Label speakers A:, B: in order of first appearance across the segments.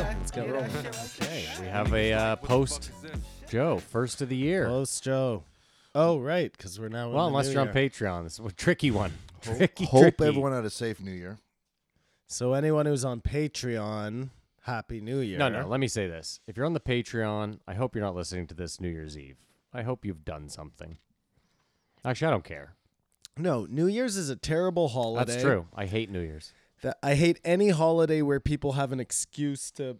A: rolling.
B: Okay, we have a uh, post Joe first of the year.
C: Close, Joe. Oh, right, because we're now. in
B: Well,
C: the
B: unless
C: new
B: you're on
C: year.
B: Patreon, this is a tricky one. Tricky,
A: Hope
B: tricky.
A: everyone had a safe New Year.
C: So anyone who's on Patreon, Happy New Year.
B: No, no. Let me say this: if you're on the Patreon, I hope you're not listening to this New Year's Eve. I hope you've done something. Actually, I don't care.
C: no. New Year's is a terrible holiday.
B: That's true. I hate New Year's.
C: That I hate any holiday where people have an excuse to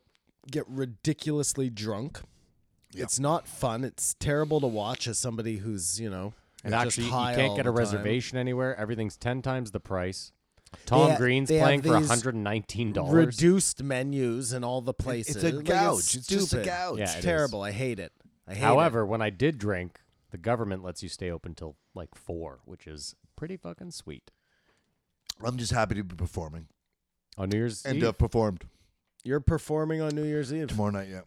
C: get ridiculously drunk. It's not fun. It's terrible to watch as somebody who's you know.
B: And
C: just
B: actually, you
C: high
B: can't
C: all
B: get a
C: the time.
B: reservation anywhere. Everything's ten times the price. Tom
C: ha-
B: Green's
C: they have
B: playing for one
C: these
B: hundred and nineteen dollars.
C: Reduced menus in all the places.
A: It's a
C: Like,
A: gouge. It's just a
C: stupid.
A: gouge.
B: Yeah.
C: It's
B: it is.
C: terrible. I hate it. I hate
B: However, when I did drink, the government lets you stay open till like four, which is pretty fucking sweet.
A: I'm just happy to be performing
B: On New Year's
A: and
B: Eve,
A: uh, performed
C: it. you're performing on New Year's Eve. Mm-hmm.
A: tomorrow night. Yeah,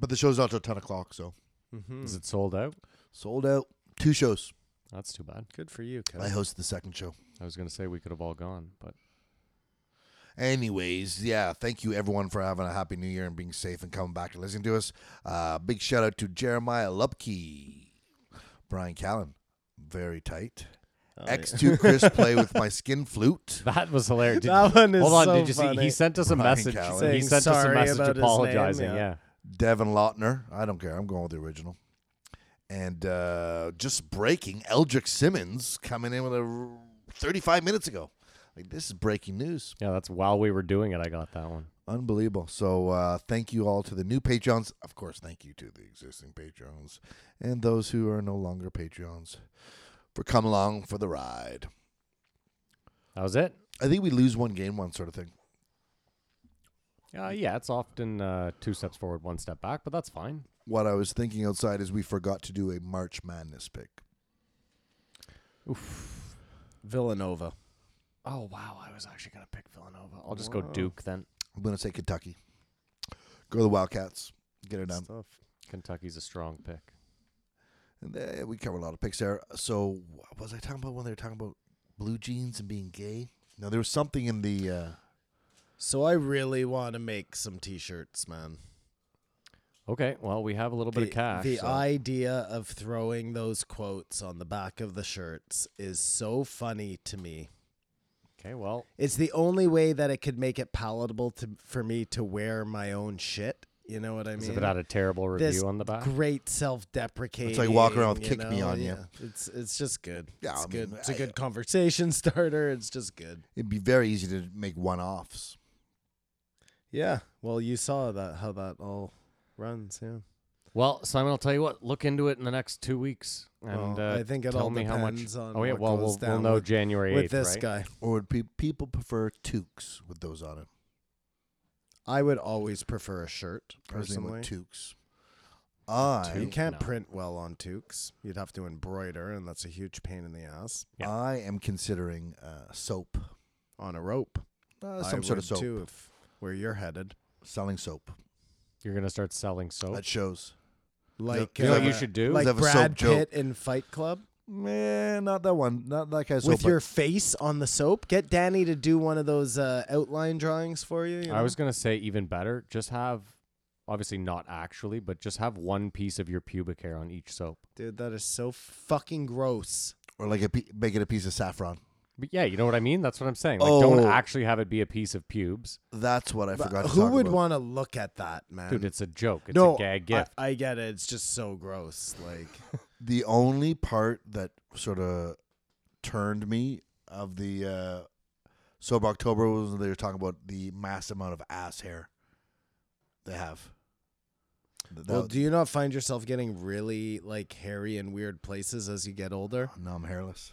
A: but the show's not till ten o'clock, so
B: is it sold out?
A: sold out. Two shows.
B: That's too bad.
C: Good for you,
A: I
C: Kevin.
A: hosted the second show.
B: I was gonna say we could have all gone, but
A: Anyways, yeah, thank you everyone for having a happy new year and being safe and coming back and listening to us. Uh, big shout out to Jeremiah Lupke, Brian Callen, very tight. X2 Chris play with my skin flute.
B: that was hilarious. Did-
C: That one is
B: Hold on,
C: so
B: did you see?
C: funny.
B: He sent us a
A: Brian
B: message.
A: Callen.
B: He
C: Saying
B: sent us a
C: sorry about
B: message
C: his name,
B: apologizing.
C: yeah.
B: yeah.
A: Devin Lautner, I don't care. I'm going with the original. And uh, just breaking, Eldrick Simmons coming in with a r- 35 minutes ago. Like this is breaking news.
B: Yeah, that's while we were doing it. I got that one.
A: Unbelievable. So uh, thank you all to the new Patreons. Of course, thank you to the existing Patreons and those who are no longer Patreons for come along for the ride.
B: That was it.
A: I think we lose one, gain one sort of thing.
B: Uh, yeah, it's often uh, two steps forward, one step back, but that's fine.
A: What I was thinking outside is we forgot to do a March Madness pick.
C: Villanova.
B: Oh wow, I was actually gonna pick Villanova. I'll just go Duke then.
A: I'm going to say Kentucky. Go to the Wildcats. Get it done.
C: Stuff.
B: Kentucky's a strong pick.
A: And they, we cover a lot of picks there. So what was I talking about when they were talking about blue jeans and being gay? No, there was something in the. Uh,
C: So I really want to make some T-shirts, man.
B: Okay, well we have a little bit of cash.
C: the
B: so-
C: idea of throwing those quotes on the back of the shirts is so funny to me.
B: okay, well
C: It's the only way that it could make it palatable to for me to wear my own shit. You know what I
B: is
C: mean?
B: it without a terrible
C: This
B: review on the back?
C: Great self-deprecating.
A: It's like walking around with
C: you
A: kick me
C: know?
A: on you.
C: It's it's just good.
A: Yeah,
C: it's
A: I
C: good.
A: mean,
C: it's a
A: I-
C: good conversation starter. It's just good.
A: it'd be very easy to make one offs.
C: Yeah. Well, you saw that how that all runs. Yeah.
B: Well, Simon, I'll tell you what. Look into it in the next two weeks, and
C: Well,
B: uh,
C: I think it
B: tell
C: all
B: me how much.
C: depends on
B: oh yeah,
C: what
B: well
C: goes
B: we'll, we'll
C: down
B: know
C: with-
B: January
C: With
B: 8th,
C: this
B: right?
C: guy,
A: Or would pe- people prefer toques with those on it?
C: I would always prefer a shirt
A: Personally,
C: personally.
A: with toques. I
C: You
B: Toque?
C: can't
B: No.
C: print well on toques. You'd have to embroider, and that's a huge pain in the ass.
B: Yeah.
A: I am considering uh, soap,
C: On a rope,
A: uh,
C: I
A: some sort
C: would
A: of soap,
C: too, if where you're headed.
A: selling soap
B: You're gonna start selling soap.
A: at shows.
C: Like
A: You know what
B: you
C: uh,
B: should do?
C: like
A: Have a soap
C: Brad
A: joke.
C: Pitt in Fight Club
A: Man, not that one. Not that kind of soap.
C: with your face on the soap. Get Danny to do one of those uh, outline drawings for you. you
B: I
C: know?
B: was gonna say even better. Just have, obviously not actually, but just have one piece of your pubic hair on each soap.
C: dude, that is so fucking gross.
A: or like a pe- make it a piece of saffron.
B: But yeah, you know what I mean. That's what I'm saying. Like, don't
A: Oh.
B: actually have it be a piece of pubes,
A: That's what I
C: But
A: forgot. to
C: who
A: talk
C: would
A: about.
C: want to look at that, man?
B: dude. It's a joke. It's
C: no
B: a gag
C: I-
B: gift.
C: I, get it. It's just so gross. Like
A: the only part that sort of turned me of the uh, sober October was when they were talking about the mass amount of ass hair they have. Th-
C: Well,
A: that-
C: do you not find yourself getting really like hairy and weird places as you get older?
A: no, I'm hairless.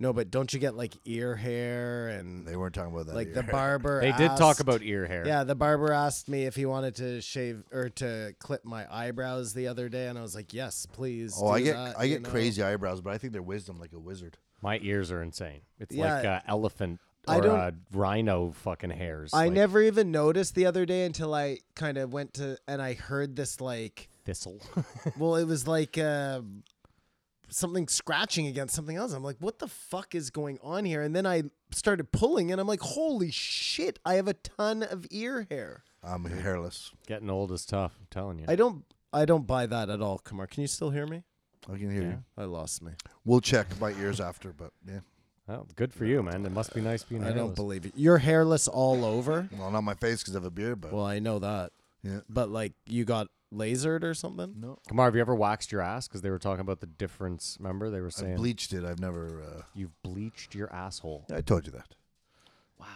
C: No, but don't you get like ear hair and
A: They weren't talking about that.
C: like the
A: either.
C: barber?
B: they did talk
C: asked-
B: about ear hair.
C: Yeah, the barber asked me if he wanted to shave or to clip my eyebrows the other day, and I was like, "Yes, please."
A: Oh, I
C: do
A: get
C: that,"
A: I
C: you
A: get
C: know?
A: crazy eyebrows, but I think they're wisdom, like a wizard.
B: my ears are insane. It's
C: Yeah.
B: like uh, elephant or
C: I don't-
B: uh, rhino fucking hairs.
C: I
B: like
C: never even noticed the other day until I kind of went to and I heard this like,
B: thistle.
C: well, it was like uh, something scratching against something else. I'm like, what the fuck is going on here? And then I started pulling, and I'm like, holy shit, I have a ton of ear hair.
A: I'm hairless.
B: Getting old is tough. I'm telling you.
C: I don't I don't buy that at all, Kamar. Can you still hear me?
A: I can hear you.
C: I lost me.
A: We'll check my ears after, but yeah.
B: Well, good for you, man. It must be nice being
C: I don't
B: hairless.
C: believe it. You're hairless all over.
A: Well, not my face because I have a beard, but
C: Well, I know that.
A: yeah.
C: But like you got lasered or something?
A: No,
B: Kamar, have you ever waxed your ass? Because they were talking about the difference. Remember, they were
A: I
B: saying
A: bleached it. I've never. Uh,
B: you've bleached your asshole.
A: I told you that. Wow.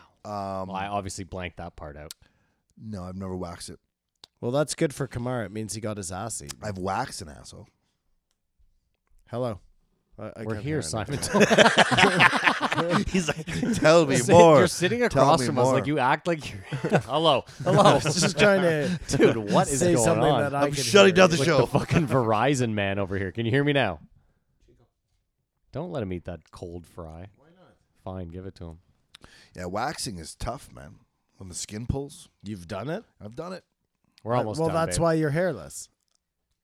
A: Um,
B: Well, I obviously blanked that part out.
A: no, I've never waxed it.
C: Well, that's good for Kamar. It means he got his ass eaten.
A: I've waxed an asshole.
C: Hello. I, I
B: We're
C: can't
B: here,
C: hear anything.
B: Simon.
A: He's like, tell me
B: You're sitting-
A: more.
B: You're sitting
A: Tell
B: across
A: me
B: from us
A: more.
B: like you act like you're. hello,
C: I
B: hello,
C: was just trying to
B: dude. What is
C: say
B: going
C: something
B: on?
C: that I
A: I'm
C: could
A: shutting
C: hear.
A: down the
B: like
A: show.
B: the fucking Verizon man over here. Can you hear me now? Don't let him eat that cold fry. Why not? Fine, give it to him.
A: yeah, waxing is tough, man. When the skin pulls,
C: You've done it?
A: I've done it.
B: We're almost
C: well,
B: done.
C: that's
B: babe.
C: why you're hairless.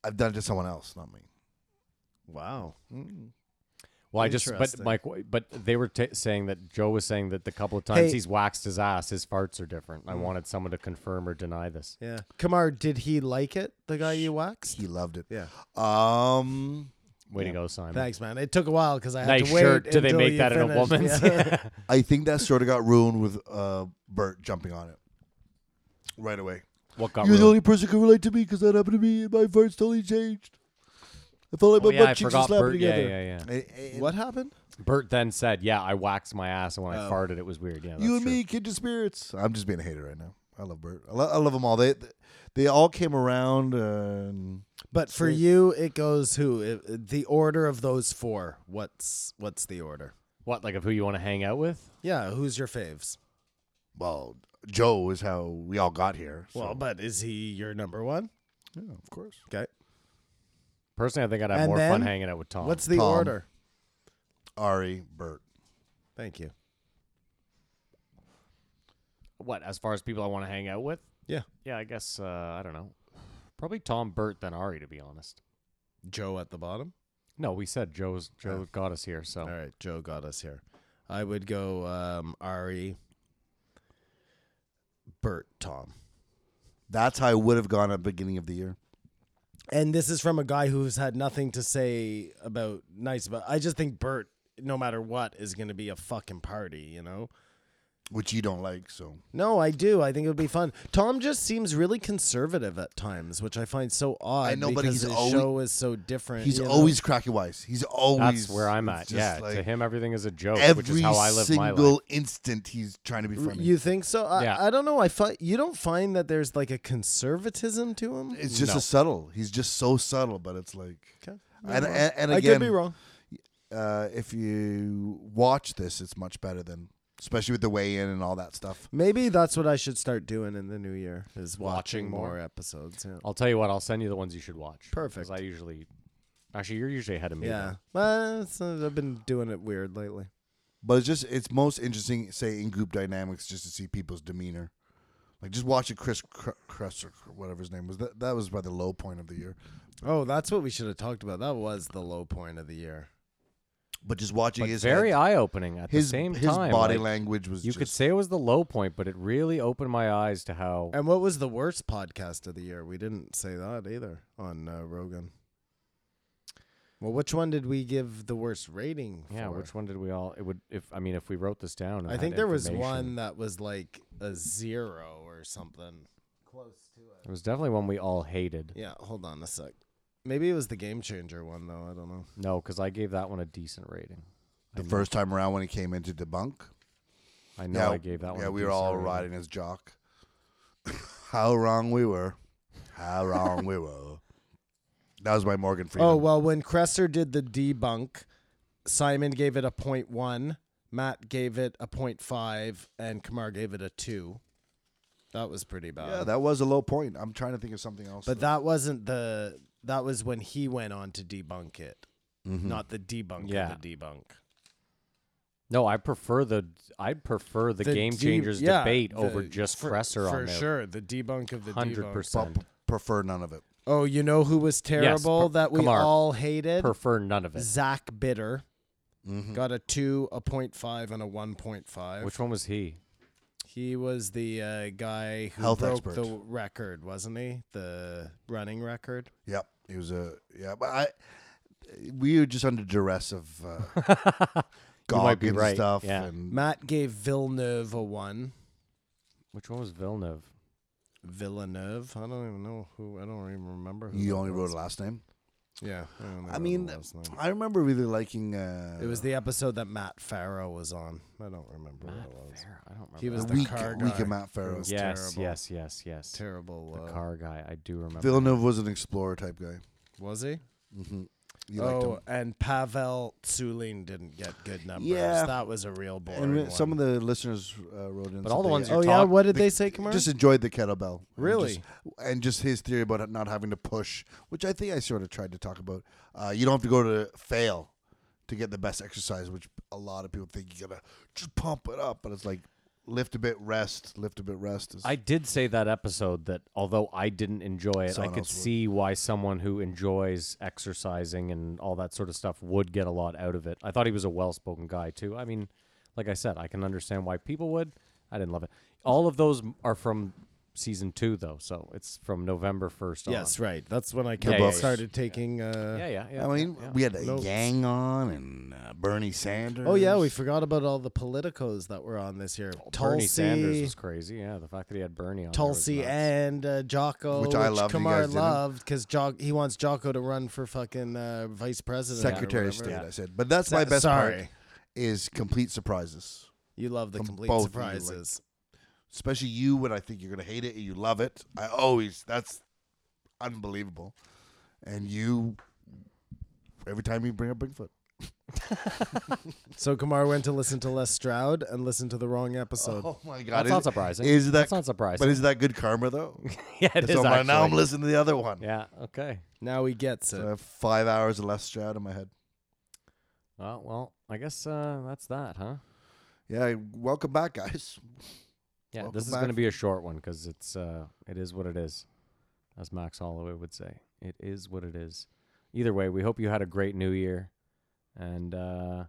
A: I've done it to someone else, not me.
C: Wow.
B: Well, I just but
C: Interesting.
B: Mike, but they were t- saying that Joe was saying that the couple of times
C: Hey.
B: he's waxed his ass, his farts are different.
A: Mm.
B: I wanted someone to confirm or deny this.
C: Yeah. Kamar, did he like it? The guy you waxed?
A: He loved it.
C: Yeah.
A: Um,
B: Way to go, Simon.
C: Thanks, man. It took a while because I had
B: Nice
C: to wait.
B: shirt. Do they
C: until
B: make
C: you
B: that in a woman's?
C: finished. Yeah.
A: I think that sort of got ruined with uh Bert jumping on it right away.
B: What got
A: You're
B: ruined?
A: the only person who can relate to me because that happened to me, and my farts totally changed. I felt like
B: Oh,
A: my
B: yeah, I
A: butt cheeks were
B: forgot
A: slapping
B: Bert. Yeah,
A: together.
B: yeah, Oh, yeah.
A: And- and
C: what happened?
B: Bert then said, "Yeah, I waxed my ass, and when I farted, it was weird." Yeah, that's
A: Oh. You and
B: true.
A: me, kindred spirits. I'm just being a hater right now. I love Bert. I, lo- I love them all. They they all came around. And
C: But for you, it goes who? It, the order of those four. What's what's the order?
B: What, like, of who you want to hang out with?
C: Yeah, who's your faves?
A: well, Joe is how we all got here. So.
C: Well, but is he your number one?
A: yeah, of course.
C: Okay.
B: Personally, I think I'd have
C: And
B: more fun
C: then,
B: hanging out with Tom.
C: What's the
A: Tom.
C: order?
A: Ari, Bert.
C: Thank you.
B: what as far as people I want to hang out with?
C: Yeah.
B: yeah. I guess uh, I don't know. Probably Tom, Bert, then Ari. To be honest,
C: Joe at the bottom.
B: no, we said Joe's Joe got us here,
A: Oh.
B: so
C: All right, Joe got us here. I would go um, Ari, Bert, Tom.
A: That's how I would have gone at the beginning of the year.
C: And this is from a guy who's had nothing to say about nice about. I just think Bert, no matter what, is going to be a fucking party, you know?
A: which you don't like. So
C: No, I do. I think it would be fun. Tom just seems really conservative at times, which I find so odd.
A: I know, but
C: because
A: he's
C: his
A: always-
C: show is so different.
A: he's
C: you know?
A: always cracky wise. He's always
B: that's where I'm
A: it's
B: at.
A: just
B: Yeah, to
A: like
B: him, everything is a joke,
A: every
B: which is how I live my life. Mm,
A: single instant he's trying to be funny.
C: You think so? I,
B: Yeah.
C: I don't know. I fi- you don't find that there's like a conservatism to him.
A: it's just
B: No.
A: a subtle. He's just so subtle, but it's like.
C: Okay.
A: And, and, and
C: I
A: again,
C: could be wrong.
A: Uh, if you watch this, it's much better than, especially with the weigh in and all that stuff.
C: Maybe that's what I should start doing in the new year is watching,
B: Watching
C: more.
B: more.
C: episodes. Yeah.
B: I'll tell you what. I'll send you the ones you should watch. 'cause
C: Perfect.
B: I usually, actually, you're usually ahead of me.
C: Yeah.
B: though.
C: Well, it's, uh, I've been doing it weird lately.
A: But it's just it's most interesting, say in group dynamics, just to see people's demeanor. Like just watching Chris Cr- Kresser, whatever his name was. That that was by the low point of the year.
C: Oh, that's what we should have talked about. That was the low point of the year.
A: But just watching
B: But
A: his
B: very
A: head-
B: eye opening at
A: his
B: the same
A: his
B: time.
A: body
B: like,
A: language was
B: You
A: just,
B: could say it was the low point, but it really opened my eyes to how
C: And what was the worst podcast of the year? We didn't say that either on uh, Rogan. Well, which one did we give the worst rating?
B: Yeah,
C: for?
B: which one did we all? It would if I mean if we wrote this down. and
C: I
B: had
C: think there was
B: information-
C: one that was like a zero or something. Close to it.
B: It was definitely one we all hated.
C: Yeah, hold on a sec. Maybe it was the game changer one though. I don't know.
B: No, because I gave that one a decent rating.
A: the first time around when he came in to debunk.
B: I know I gave that one.
A: Yeah,
B: a
A: we were
B: decent
A: all
B: rating.
A: riding his jock. How wrong we were. How wrong we were. That was by Morgan Freeman.
C: Oh well, when Cresser did the debunk, Simon gave it a point one, Matt gave it a point five, and Kamar gave it a two. That was pretty bad.
A: yeah, that was a low point. I'm trying to think of something else.
C: but that wasn't the. That was when he went on to debunk it, not the debunk.
B: Mm-hmm. Yeah.
C: of the debunk.
B: No, I prefer the I prefer the, game
C: de-
B: changers
C: yeah,
B: debate
C: the-
B: over just
C: for,
B: Cresser
C: for
B: on there.
C: sure. The debunk of the
B: Hundred
C: debunk.
A: But
B: percent.
A: p- prefer none of it.
C: Oh, you know who was terrible
B: per-
C: that we
B: Kamar.
C: all hated?
B: Prefer none of it.
C: Zach
A: Mm-hmm.
C: Bitter got a two, a point five, and a one point five.
B: Which one was he?
C: He was the uh, guy who
A: Health
C: broke
A: expert.
C: the record, wasn't he? The running record.
A: Yep, he was a yeah. But I, we were just under duress of uh,
B: You might
A: Gog
B: be
A: and
B: right,
A: stuff.
B: yeah.
A: And
C: Matt gave Villeneuve a one.
B: Which one was Villeneuve?
C: Villeneuve. I don't even know who. I don't even remember. Who
A: you
C: that
A: only
C: was.
A: wrote a last name.
C: Yeah. I, don't know
A: I
C: the
A: mean,
C: last name.
A: I remember really liking. Uh,
C: it was the episode that Matt Farrow was on. I don't remember what
B: Matt
C: it was.
B: Fair. I don't remember.
C: He was
B: that
C: the
B: one.
A: weak,
C: car
A: weak
C: guy.
A: of Matt Farrow.
C: was
B: yes,
C: terrible.
B: yes, yes, yes.
C: Terrible.
B: the
C: uh,
B: car guy. I do remember.
A: Villeneuve was an explorer type guy.
C: Was he?
A: Mm-hmm. You liked him.
C: Oh, and Pavel Tsulin didn't get good numbers.
A: Yeah.
C: That was a real boring
A: And
C: one.
A: some of the listeners uh, wrote in.
B: But all the
A: something.
B: ones
C: oh
B: you
C: yeah,
B: talk-
C: what did
A: the-
C: they say, Kamar?
A: just enjoyed the kettlebell. And
C: Really?
A: just- And just his theory about it not having to push, which I think I sort of tried to talk about. Uh, you don't have to go to fail to get the best exercise, which a lot of people think you gotta just pump it up, but it's like lift a bit, rest, lift a bit, rest. Is,
B: I did say that episode that although I didn't enjoy it,
A: Someone
B: I could
A: else would.
B: see why someone who enjoys exercising and all that sort of stuff would get a lot out of it. I thought he was a well spoken guy, too. I mean, like I said, I can understand why people would. I didn't love it. All of those m- are from season two, though. So it's from November 1st on.
C: yes, right. That's when I
B: Yeah,
C: kind
B: yeah,
C: of
B: yeah.
C: started taking. Uh,
B: Yeah, yeah, yeah.
A: I mean,
B: yeah, yeah.
A: we had a
C: Nope.
A: Yang on and uh, Bernie Sanders.
C: Oh yeah, we forgot about all the politicos that were on this year.
A: Oh,
B: Bernie Sanders
C: Tulsi-
B: was crazy. Yeah, the fact that he had Bernie on. there was
C: Tulsi
B: nuts.
C: and uh, Jocko,
A: Which
C: which,
A: I loved, you
C: Kamar
A: guys didn't.
C: loved because he wants Jocko to run for fucking uh, vice president, or
A: Secretary of State.
C: whatever.
A: I said, but that's
C: Sa-
A: my best part
C: sorry.
A: is complete surprises,
C: You love the
A: From
C: complete
A: both of you, like-
C: surprises.
A: especially you when I think you're gonna hate it and you love it. I always that's unbelievable, and you every time you bring up Bigfoot.
C: So Kamar went to listen to Les Stroud and listened to the wrong episode.
A: Oh my god!
B: That's
A: is-
B: not surprising.
A: Is that
B: That's not surprising.
A: But is that good karma though?
B: yeah, it is
A: so my- now I'm
B: actually.
A: listening to the other one.
B: Yeah, okay.
C: Now he gets
A: So
C: it.
A: I have five hours of less Stroud in my head.
B: Oh, well, I guess uh, that's that, huh?
A: Yeah, welcome back, guys.
B: Yeah,
A: Welcome
B: this is
A: back.
B: going to be a short one because it's uh, it is what it is, as Max Holloway would say. It is what it is. Either way, we hope you had a great New Year, and uh,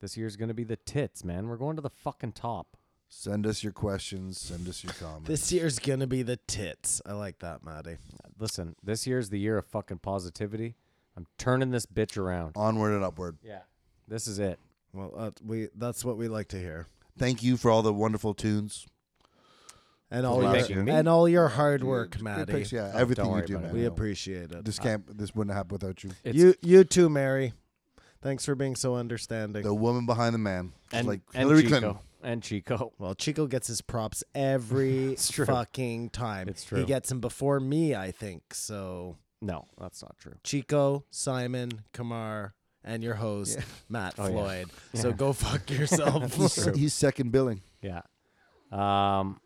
B: this year's going to be the tits, man. We're going to the fucking top.
A: Send us your questions. Send us your comments.
C: This year's gonna be the tits. I like that, Maddie.
B: Listen, this year's the year of fucking positivity. I'm turning this bitch around.
A: Onward and upward.
B: Yeah, this is it.
C: Well, uh, we that's what we like to hear.
A: Thank you for all the wonderful tunes.
C: And
A: For
C: all your,
B: making me.
C: and all your hard work,
A: Good
C: Maddie.
A: picks, yeah,
B: Oh,
A: everything
B: don't
A: you
B: worry
A: do,
B: about it.
A: man.
C: We appreciate it.
A: this can't. This wouldn't happen without you.
B: It's
C: you you too, Mary. Thanks for being so understanding.
A: The woman behind the man, Just
B: and,
A: like
B: and
A: Hillary
B: Chico,
A: Clinton.
B: and Chico.
C: Well, Chico gets his props every
B: It's true.
C: fucking time.
B: It's
C: He
B: true.
C: gets them before me, I think. So
B: No, that's not true.
C: Chico, Simon, Kamar, and your host, Matt
B: Oh, yeah.
C: Floyd. So go fuck yourself.
A: He's, he's second billing.
B: Yeah. Um.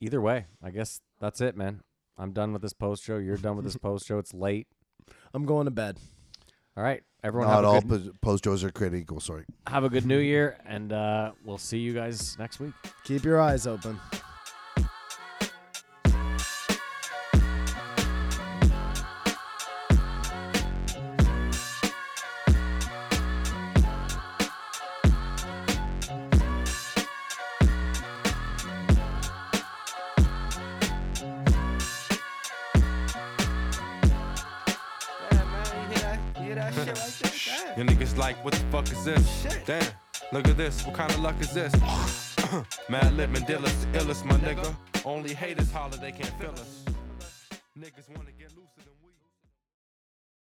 B: Either way, I guess that's it, man. I'm done with this post show. You're done with this post show. It's late.
C: I'm going to bed.
B: All right, everyone.
A: Not
B: have, a
A: all
B: good,
A: pos- post Joes are created equal. Sorry.
B: have a good New Year, and uh, we'll see you guys next week.
C: Keep your eyes open.
D: Your niggas like, what the fuck is this? Damn, look at this, what kind of luck is this? Mad Lib and Dillas, the illest, my nigga. Only haters holler, they can't feel us. Niggas wanna get looser than